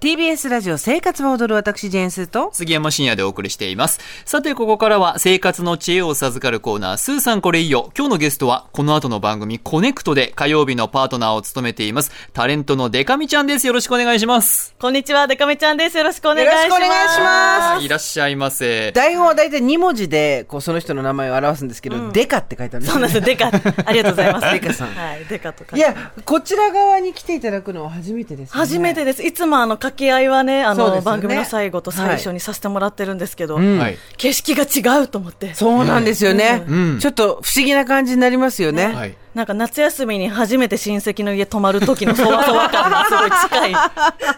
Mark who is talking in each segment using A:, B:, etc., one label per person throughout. A: TBS ラジオ生活は踊る私ジェーンスーと
B: 杉山深也でお送りしています。さて、ここからは生活の知恵を授かるコーナー、スーさんこれいいよ。今日のゲストは、この後の番組、コネクトで火曜日のパートナーを務めています、タレントのデカミちゃんです。よろしくお願いします。
C: こんにちは、デカメちゃんです。よろしくお願いします。
A: よろしくお願いしま
B: いらっしゃいませ。
A: 台本は大体2文字でこうその人の名前を表すんですけど、デカって書いてあるんです
C: そう
A: よ
C: なんです、デカ。ありがとうございます。
A: デカさん
C: はい、デカとか。
A: いやこちら側に来ていただくのは初めてです、ね、
C: 初めてです。いつもあの、掛け合いはね、あ
A: そうです
C: の、
A: よね
C: 番組の最後と最初にさせてもらってるんですけど、
A: ん
B: はい。
C: 景色が違うと思って。
A: そうなんですよね、
B: うん
A: ちょっと不思議な感じになりますよね、
B: はい。
C: なんか夏休みに初めて親戚の家泊まる時のそわそわ感がすごい 近い、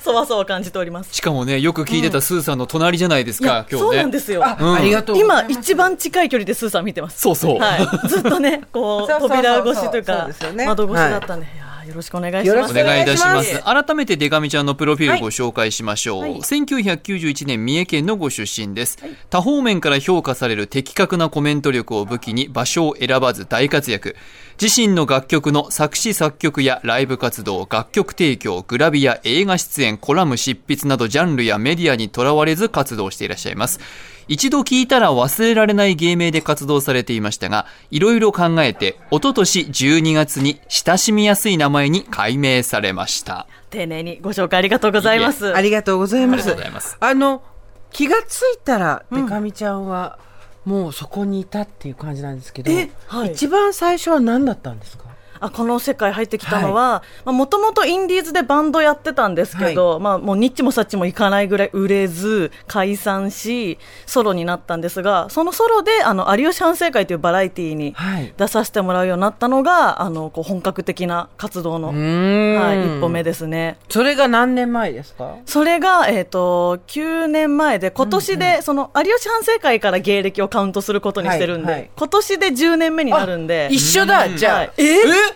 C: そわそわ感じております。
B: しかもね、よく聞いてたスーさんの隣じゃないですか、今日ね。
C: そうなんですよ。
A: あ、
B: うん
A: ありがとうございます
C: 今、一番近い距離でスーさん見てます。
B: そうそう
C: はい。ずっとね、こ
A: そう
C: う、
A: そうそうそう
C: 扉越しという
A: そう
C: か
A: ですよね、
C: 窓越しだったんで、いやーよろしくお願いし
A: よろ
C: ま
A: し
C: す
A: く
B: お。願いいたします。
A: お願いし
B: 改めてデカミちゃんのプロフィールをご紹介しましょう。
C: はい
B: 1991年三重県のご出身です、多方面から評価される的確なコメント力を武器に場所を選ばず大活躍。自身の楽曲の作詞作曲やライブ活動、楽曲提供、グラビア、映画出演、コラム執筆などジャンルやメディアにとらわれず活動していらっしゃいます。一度聞いたら忘れられない芸名で活動されていましたが、いろいろ考えて、一昨年12月に親しみやすい名前に改名されました。
C: 丁寧にご紹介ありがとうございます。
A: ありがとうございます
B: ありがとうございます
A: あの気がついたらでかみちゃんはもうそこにいたっていう感じなんですけど、
C: えはい
A: 一番最初は何だったんですか
C: あこの世界入ってきたのはもともとインディーズでバンドやってたんですけど、まあ、もうニッチもサッチもいかないぐらい売れず解散しソロになったんですがそのソロであの有吉反省会というバラエティーに
A: はい
C: 出させてもらうようになったのがあのこう本格的な活動の、
A: うーん
C: はい、一歩目ですね。
A: それが何年前ですか
C: それが、えっと9年前で今年で、その有吉反省会から芸歴をカウントすることにしてるんで、
A: はいはい
C: 今年で10年目になるんで
A: 一緒だじゃあ、
C: はいえ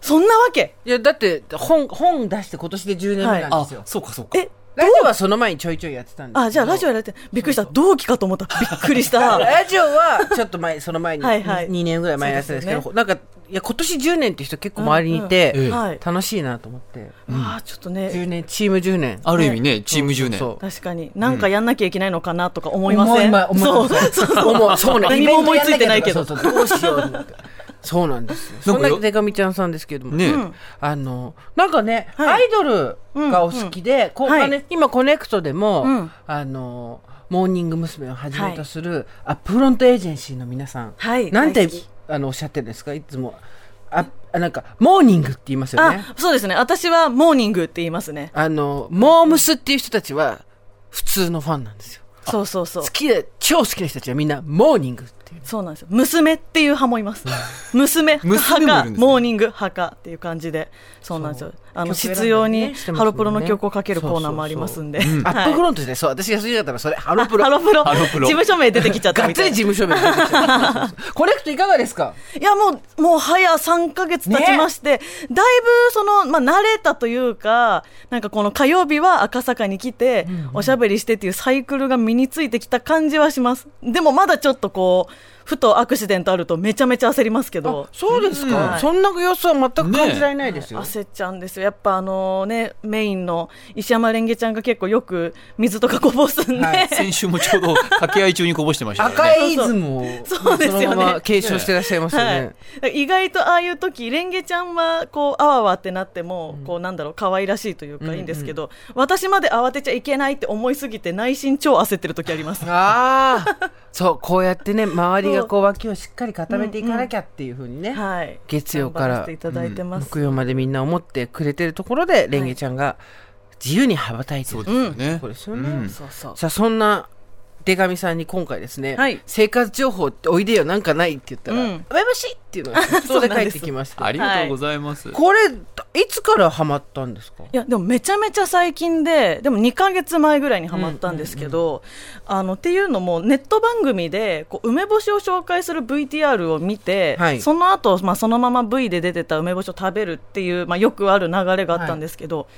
C: そんなわけ
A: いやだって本本出して今年で10年目なんですよ
B: そうかそうか
C: え
A: ラジオはその前にちょいちょいやってたんですけど
C: あ、じゃあラジオやられて、びっくりした。同期かと思った。びっくりし た。
A: ラジオはちょっと前 その前に
C: はいはい
A: 2年ぐらい前のやつですけど
C: そ
A: なんかいや今年10年って人結構周りにいて、
B: うんうんええ
C: はい。
A: 楽しいなと思って
C: あー、ちょっと
A: 10
C: ね、
A: 年チーム10年
B: ある意味ね、チーム10年。
A: そう
C: 確かに、なんかやんなきゃいけないのかなとか思いません
A: 思いま
C: そう、
A: そ
C: そうう
A: 思うそうね
C: 何も思いついてないけど。
A: そうそうどうしようなんかそうなんですよそん
B: なん
A: な
B: かよ
A: 手紙ちゃんさんですけれども
B: ね、
C: ん
A: あのなんかね、
C: は
A: ア
C: い
A: イドルがお好きで、こう
C: はい
A: あの今コネクトでも、
C: うん
A: あのモーニング娘。をはじめとする、アップフロントエージェンシーの皆さん、
C: はい
A: なんて
C: 大好き
A: あのおっしゃってるんですかいつもああなんかモーニングって言いますよね
C: あ、そうですね。私はモーニングって言いますね。
A: あのモームスっていう人たちは普通のファンなんですよ
C: そうそうそう
A: 好。きで超好きな人たちはみんなモーニングっていう
C: そうなんですよ。娘っていう派もいます。 娘、
B: 娘もいるんですね
C: 派か、モーニング派かっていう感じで。そうなんですよ
A: そう。
C: あの、
A: 曲選んだりね
C: 必要に
A: してますもんね
C: ハロプロの曲をかけるコーナーもありますんで。
A: アップフ
C: ロ
A: ロントで、そう、私が好きだったら、それ、ハロプロ。
C: ハロプロ。
B: ハロプロ
C: 事務所名出てきちゃった
A: がっ
C: み
A: つ
C: たい
A: り
C: な
A: 事。務所名が出てきちゃった。 コネクトいかがですか
C: いやもう、もう早3ヶ月経ちまして、だいぶその、まあ慣れたというか、なんかこの火曜日は赤坂に来て、おしゃべりしてっていうサイクルが身についてきた感じはします。でもまだちょっとこう、ふとアクシデントあるとめちゃめちゃ焦りますけど。
A: そうです
C: うん
A: そんな様子は全く感じられないですよ。
C: 焦っちゃうんですよやっぱあのねメインの石山レンゲちゃんが結構よく水とかこぼすんで、
A: はい
B: 先週もちょうど掛け合い中にこぼしてましたよね。
A: 赤いイズムを、
C: そうですよね
A: のまま継承してらっしゃいますよ
C: はい
A: ね。、
C: 意外とああいう時レンゲちゃんはこうあわわってなっても、こうなんだろう可愛らしいというかいいんですけど、私まで慌てちゃいけないって思いすぎて内心超焦ってる時あります
A: ああ、そう、こうやってね、周りがこう、脇をしっかり固めていかなきゃっていうふうにね、
C: はい
A: 月曜から
C: 頑張せていただいてます、
A: 木曜までみんな思ってくれてるところで、レンゲちゃんが自由に羽ばたいて
B: そう
A: る
B: ですよね。
A: これですよね。
B: うん
C: そうそう
A: さあそんな出上さんに今回ですね、
C: はい
A: 生活情報っておいでよなんかないって言ったら
C: う
A: 「
C: ん
A: うやましい!」っていうの が即答で帰ってきました
B: ありがとうございます。
A: これいつからハマったんですか
C: いやでもめちゃめちゃ最近ででも2ヶ月前ぐらいにはまったんですけど、あのっていうのもネット番組でこう梅干しを紹介する VTR を見て、
A: はい
C: その後、まあそのまま V で出てた梅干しを食べるっていう、まあ、よくある流れがあったんですけど、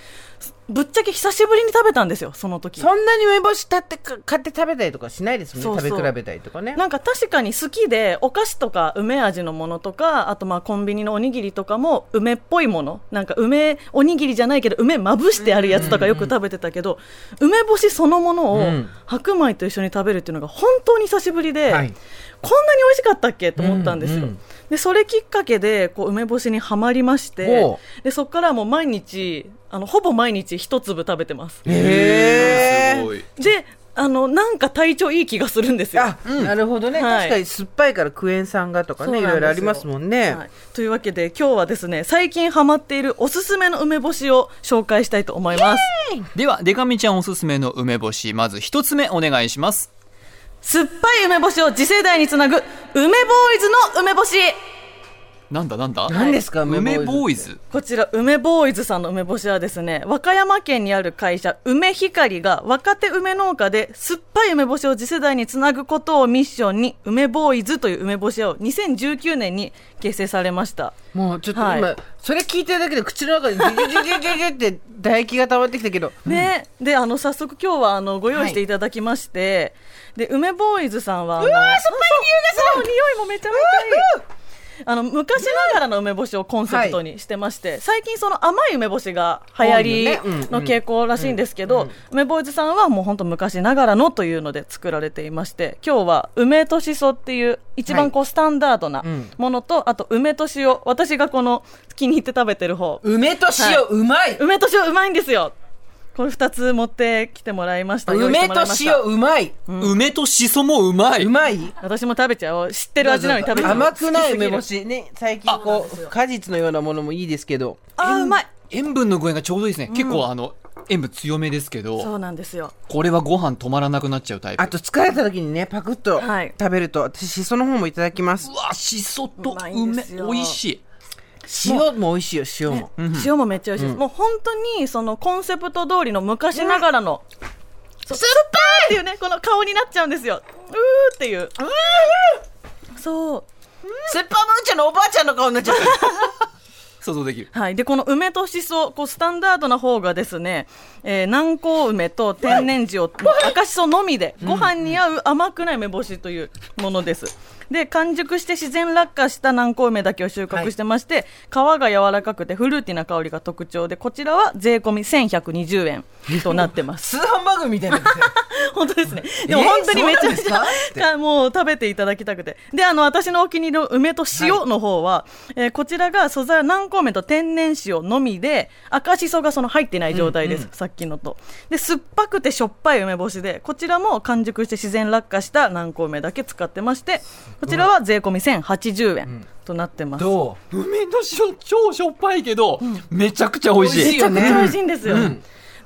C: ぶっちゃけ久しぶりに食べたんですよその時
A: そんなに梅干し買ってか買って食べたやとかしないです
C: そ
A: も
C: うん
A: ね
C: そう
A: 食べ比べたりとかね
C: なんか確かに好きでお菓子とか梅味のものとかあとまあコンビニのおにぎりとかも梅っぽいものなんか梅おにぎりじゃないけど梅まぶしてあるやつとかよく食べてたけど、梅干しそのもの
A: う
C: を
A: ん
C: 白米と一緒に食べるっていうのが本当に久しぶりで、
A: はい
C: こんなに美味しかったっけと思ったんですよ、
A: うんうん
C: でそれきっかけでこう梅干しにはまりまして
A: ほ
C: でそこからもう毎日あのほぼ毎日一粒食べてます
A: へえ
B: すごい
C: であのなんか体調いい気がするんですよ
A: あ、なるほどね、
C: はい
A: 確かに酸っぱいからクエン酸がとか
C: そ
A: ね
C: う
A: い
C: なんで
A: ろい
C: すよ
A: ろありますもんね、
C: はい、というわけで今日はですね最近ハマっているおすすめの梅干しを紹介したいと思います
B: ではデカミちゃんおすすめの梅干しまず一つ目お願いします
C: 酸っぱい梅干しを次世代につなぐ梅ボーイズの梅干し
B: なんだなんだ
A: 何ですか
B: 梅ボーイ
A: ズ
B: ズ
C: こちら梅ボーイズさんの梅干しはですね和歌山県にある会社梅ひかりが若手梅農家で酸っぱい梅干しを次世代につなぐことをミッションに梅ボーイズという梅干し屋を2019年に結成されました
A: もうちょっと
C: はい
A: 今、それ聞いてるだけで口の中でジュジュジュジュジュジュって唾液が溜まってきたけど
C: ね、であの早速今日はあのご用意していただきまして、で梅ボーイズさんはあのうわ酸っぱい匂いがする匂いもめちゃめちゃいいあの昔ながらの梅干しをコンセプトにしてまして、最近その甘い梅干しが流行り
A: 多いよねうん
C: の傾向らしいんですけど、梅ボーイズさんはもう本当昔ながらのというので作られていまして今日は梅としそっていう一番こうスタンダードなものと、あと梅と塩私がこの気に入って食べてる方
A: 梅と塩、
C: は
A: うまい
C: 梅と塩うまいんですよこれ二つ持ってきてもらいました用意して
A: 梅
C: もら
A: と
C: いました
A: 塩うまい
B: 梅としそもうまいう
A: まい
C: 私も食べちゃおう知ってる味なのに食べちゃおう
A: 甘くない梅干
C: 好きす
A: しね最近こう果実のようなものもいいですけど
C: ぎるあーうまい
B: 塩分の具合がちょうどいいですね、結構あの塩分強めですけ
C: そ
B: ど
C: うなんですよ
B: これはご飯止まらなくなっちゃうタイプ
A: あと疲れた時にねパクッと
C: はい
A: 食べると、私しその方もいただきます
B: うわしそと
C: うまいんで
B: 梅
C: すよ
B: 美味しい
A: 塩も美味しいよ塩も、
C: 塩もめっちゃ美味しいです、もう本当にそのコンセプト通りの昔ながらの、そう酸っぱいっていうねこの顔になっちゃうんですようーっていうそう
A: スーパームーちゃんのおばあちゃんの顔にな っちゃった
B: 想像できる
C: はい、でこの梅としそこうスタンダードな方がですね、えー南高梅と天然塩赤しそのみでご飯に合う甘くない梅干しというものです。で完熟して自然落下した南高梅だけを収穫してまして、皮が柔らかくてフルーティーな香りが特徴でこちらは税込み1120円となってます
A: 通販番組みたいな
C: 本当ですねでも本当にめちゃめちゃ、 かもう食べていただきたくてであの私のお気に入りの梅と塩の方は、えーこちらが素材は南高梅と天然塩のみで赤しそがその入ってない状態です、さっきのとで酸っぱくてしょっぱい梅干しでこちらも完熟して自然落下した南高梅だけ使ってましてこちらは税込み1080円となってます、
A: ど
B: 梅の塩超しょっぱいけど、めちゃくちゃ美味しい
A: 美味しいよね
C: めちゃくちゃ美味しいんですよ、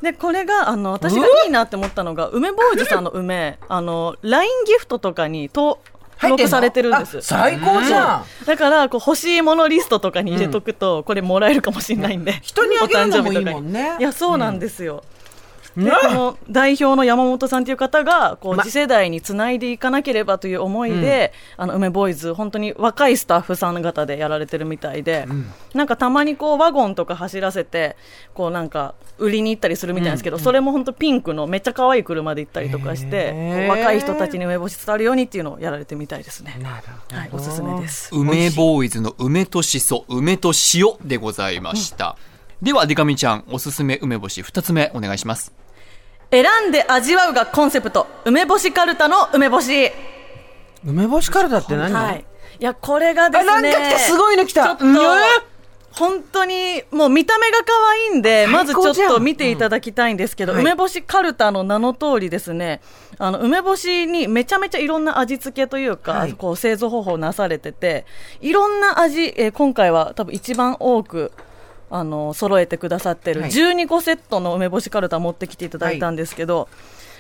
C: でこれがあの私がいいなって思ったのが梅ボーイズさんの梅あの LINE ギフトとかにと
A: う
C: 登録されてるんです
A: あ最高じゃん、
C: だからこう欲しいものリストとかに入れとくと、これもらえるかもしれないんで、
A: 人にあげるのもいいもんね
C: お誕生日とかにいやそうなんですよ、
A: うん
C: でこの代表の山本さんという方がこう
A: ま
C: 次世代につないでいかなければという思いで、あの梅ボーイズ本当に若いスタッフさん方でやられてるみたいで、なんかたまにこうワゴンとか走らせてこうなんか売りに行ったりするみたいなんですけど、それも本当ピンクのめっちゃ可愛い車で行ったりとかして、
A: へー
C: こう若い人たちに梅干し伝わるようにっていうのをやられてみたいですね。
A: なるほど
C: はい、おすすめです。
B: 梅ボーイズの梅としそ梅と塩でございました、ではデカミちゃんおすすめ梅干し2つ目お願いします
C: 選んで味わうがコンセプト梅干しカルタの梅干し
A: 梅干しカルタって何、
C: はいいやこれがで
A: あ
C: すね
A: なんか来たすごいの来
C: ちょ
A: た
C: っと
A: うん
C: 本当にもう見た目が可愛いんでまずちょっと見ていただきたいんですけど、
A: うんはい
C: 梅干しカルタの名の通りですねあの梅干しにめちゃめちゃいろんな味付けというか、
A: はい
C: こう製造方法なされてていろんな味、えー今回は多分一番多くあの揃えてくださってる
A: はい
C: 12個セットの梅干しカルタ持ってきていただいたんですけど、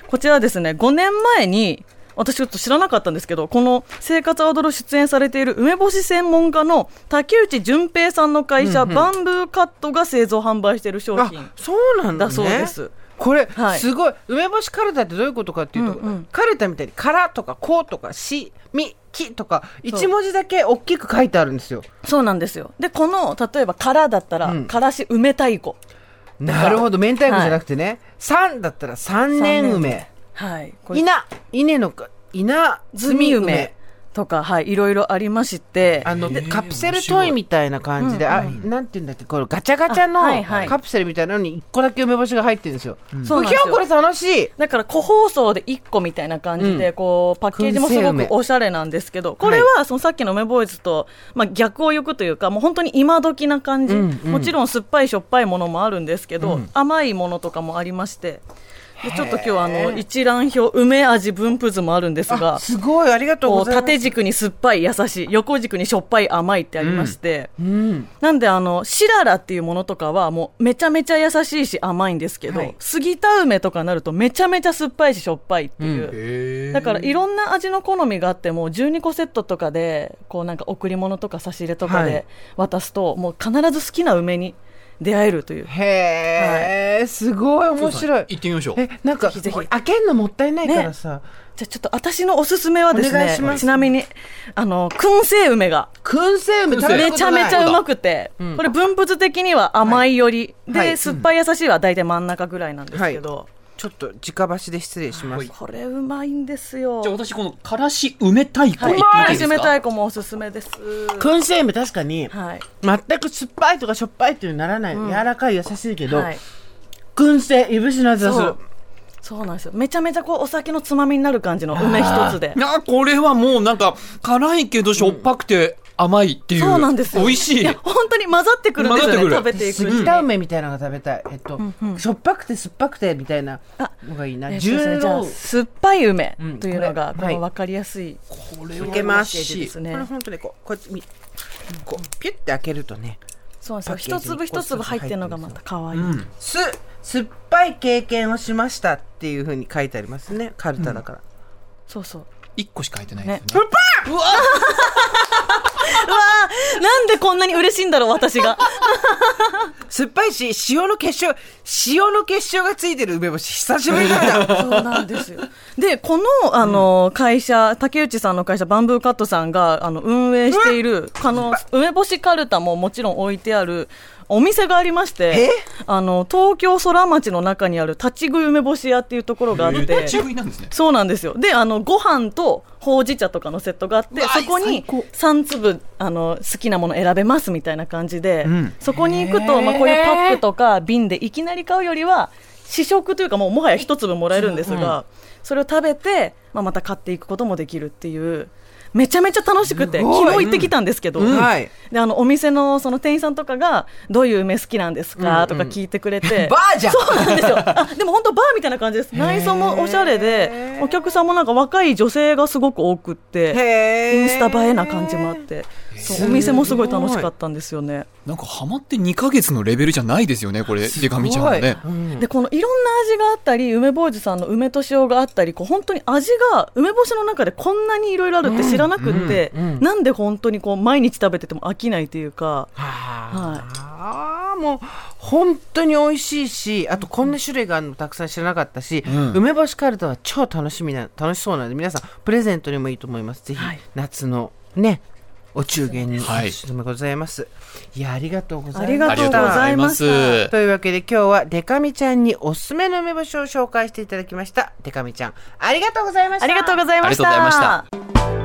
C: こちらですね5年前に私ちょっと知らなかったんですけどこの「生活アドル」出演されている梅干し専門家の竹内淳平さんの会社、バンブーカットが製造販売している商
A: あ
C: 品
A: そうなんだ、ね、
C: だそうです、
A: これ、
C: はい
A: すごい梅干しカルタってどういうことかっていうと、
C: うんうん
A: カルタみたいに「から」とか「こ」とか「し」「み」「き」とか
C: そう
A: 一文字だけ大きく書いてあるんですよ
C: そうなんですよでこの例えば殻だったら、
A: うん
C: からし梅太鼓
A: なるほど明太子じゃなくてね「三だったら「三年梅」
C: はい、これ
A: 稲稲のか稲
C: 摘
A: 積
C: み梅
A: 梅
C: とか、はい、いろいろありまして、
A: あの
B: えー
A: カプセルトイみたいな感じで、あなんていうんだっけこれガチャガチャ
C: あはい
A: の
C: はい
A: カプセルみたいなのに一個だけ梅干しが入ってるんですよ。
C: そう
A: 今
C: なんで
A: 日
C: すよ
A: これ楽しい。
C: だから個包装で1個みたいな感じで、
A: う
C: こうパッケージもすご
A: 燻製梅
C: くおしゃれなんですけどこれはそのさっきの梅ボーイズと、まあ、逆を行くというかもう本当に今時な感じ、
A: うんうん
C: もちろん酸っぱいしょっぱいものもあるんですけど、
A: うん
C: 甘いものとかもありましてでちょっと今日はあの一覧表梅味分布図もあるんです
A: あ
C: が
A: すごいありがとう
C: こ
A: ご
C: う
A: ざいます。
C: 縦軸に酸っぱい優しい横軸にしょっぱい甘いってありまして。
A: うん
C: なんであのシララっていうものとかはもうめちゃめちゃ優しいし甘いんですけど、
A: はい
C: 杉田梅とかになるとめちゃめちゃ酸っぱいししょっぱいっていう、
B: へ
C: だからいろんな味の好みがあっても12個セットとかでこうなんか贈り物とか差し入れとか
A: はい
C: で渡すと、もう必ず好きな梅に出会えるという
A: へえすごい面白い。
B: 行ってみましょう
A: えなんか
C: ぜひぜひ
A: これ開けんのもったいないからさ、
C: じゃあちょっと私のおすすめはです
A: お願い
C: ね
A: します
C: ちなみにあの燻製梅が
A: 燻製梅食べた
C: め
A: こ
C: ちゃ
A: とない
C: めちゃうまくて、
A: うん
C: これ分布図的には甘いより、で、
A: はい
C: 酸っぱい優しいは大体真ん中ぐらいなんですけど。
A: ちょっと直箸で失礼します。
C: これうまいんですよ。
B: じゃあ私このからし梅太鼓
C: は
B: 行って
C: い
B: みていいで
C: 冷
B: す
C: た
B: か
C: い子もおすすめです。
A: 燻製梅確かに
C: はい。
A: 全く酸っぱいとかしょっぱいっていうのにならない、柔らかい優しいけど、
C: はい。
A: 燻製いぶしの味がす
C: そ
A: る
C: う。そうなんですよ。めちゃめちゃこうお酒のつまみになる感じの梅一つで。
B: あこれはもうなんか辛いけどしょっぱくて甘いっていう、
C: そうなんですよ。
B: 美味しい
C: や本当に混ざってくるんですよね。
B: 混ざっ
C: 食
B: てく
C: べていくうち
A: 杉
C: に。
A: 田梅みたいなのが食べたい、えっとしょっぱくて酸っぱくてみたいなのがいいな
C: え
A: 十
C: そうですねじゃあ
A: 郎
C: 酸っぱい梅
A: ん
C: というのが
A: これ
C: こ
A: はい
C: の分かりやすい
B: これはい
A: けます
B: 美味しい
C: ですね。
A: これ本当にこうこうやってみこうピュッて開けるとね
C: そうなんですよ。
A: パッケージ
C: 一粒
A: にこう
C: 一粒入ってるのがまた可愛い。
A: す酸っぱい経験をしましたっていうふうに書いてありますねカルタだから、
C: そうそう。
B: 一個しか入ってないです
A: う
B: よね
A: ん、ぱ
C: うわーなんでこんなに嬉しいんだろう私が。
A: 酸っぱいし塩の結晶塩の結晶がついてる梅干し久しぶりなんだ
C: そうなんですよ。で、この、あの、会社、竹内さんの会社、バンブーカットさんが、あの、運営している、あの、梅干しカルタももちろん置いてある、お店がありまして、あの、東京空町の中にある、立ち食い梅干し屋っていうところがあっ
B: えー
C: て、
B: 立ち食いなんですね
C: そうなんですよ。で、あの、ご飯とほうじ茶とかのセットがあって、
B: うわ
C: そこ
B: 最
C: に
B: 高
C: 3粒、あの、好きなもの選べますみたいな感じで、
B: ん
C: そこに行く
A: へ
C: と、
A: ー
C: まあ、こういうパックとか瓶でいきなり買うよりは、試食というかもうもはや一粒もらえるんですが、それを食べて、まあ、また買っていくこともできるっていう、めちゃめちゃ楽しくて、
A: す
C: 昨
A: ごい
C: 日行ってきたんですけ ど、
A: うんはい
C: であのお店のその店員さんとかが、どういう梅好きなんですかとか聞いてくれて、
A: バーじゃん
C: そうなん ですよ。あ、でも本当バーみたいな感じです。内装もおしゃれで、お客さんもなんか若い女性がすごく多くって、イ
A: へ
C: ンスタ映えな感じもあって、そうお店もすごい楽しかったんですよね。
B: なんかハマって2ヶ月のレベルじゃないですよねこれデカミちゃんはね
C: でこのいろんな味があったり梅坊主さんの梅と塩があったりこう本当に味が梅干しの中でこんなにいろいろあるって知らなくって、なんで本当にこう毎日食べてても飽きないというか、
A: あーもう本当に美味しいしあとこんな種類があるのたくさん知らなかったし、
B: ん
A: 梅干しカルタは超楽しみな楽しそうなので皆さんプレゼントにもいいと思いますぜひ
C: はい
A: 夏のねお中元にお
B: はい
A: すすめございます、い、やありがとうございま
C: あ
A: す
C: りがとうございまし
B: ありがとうござい
C: た
B: ま。す
A: というわけで今日はデカミちゃんにおすすめの梅干しを紹介していただきましたデカミちゃんありがとうございました
C: ありがとうございまし。
B: ありがとうございました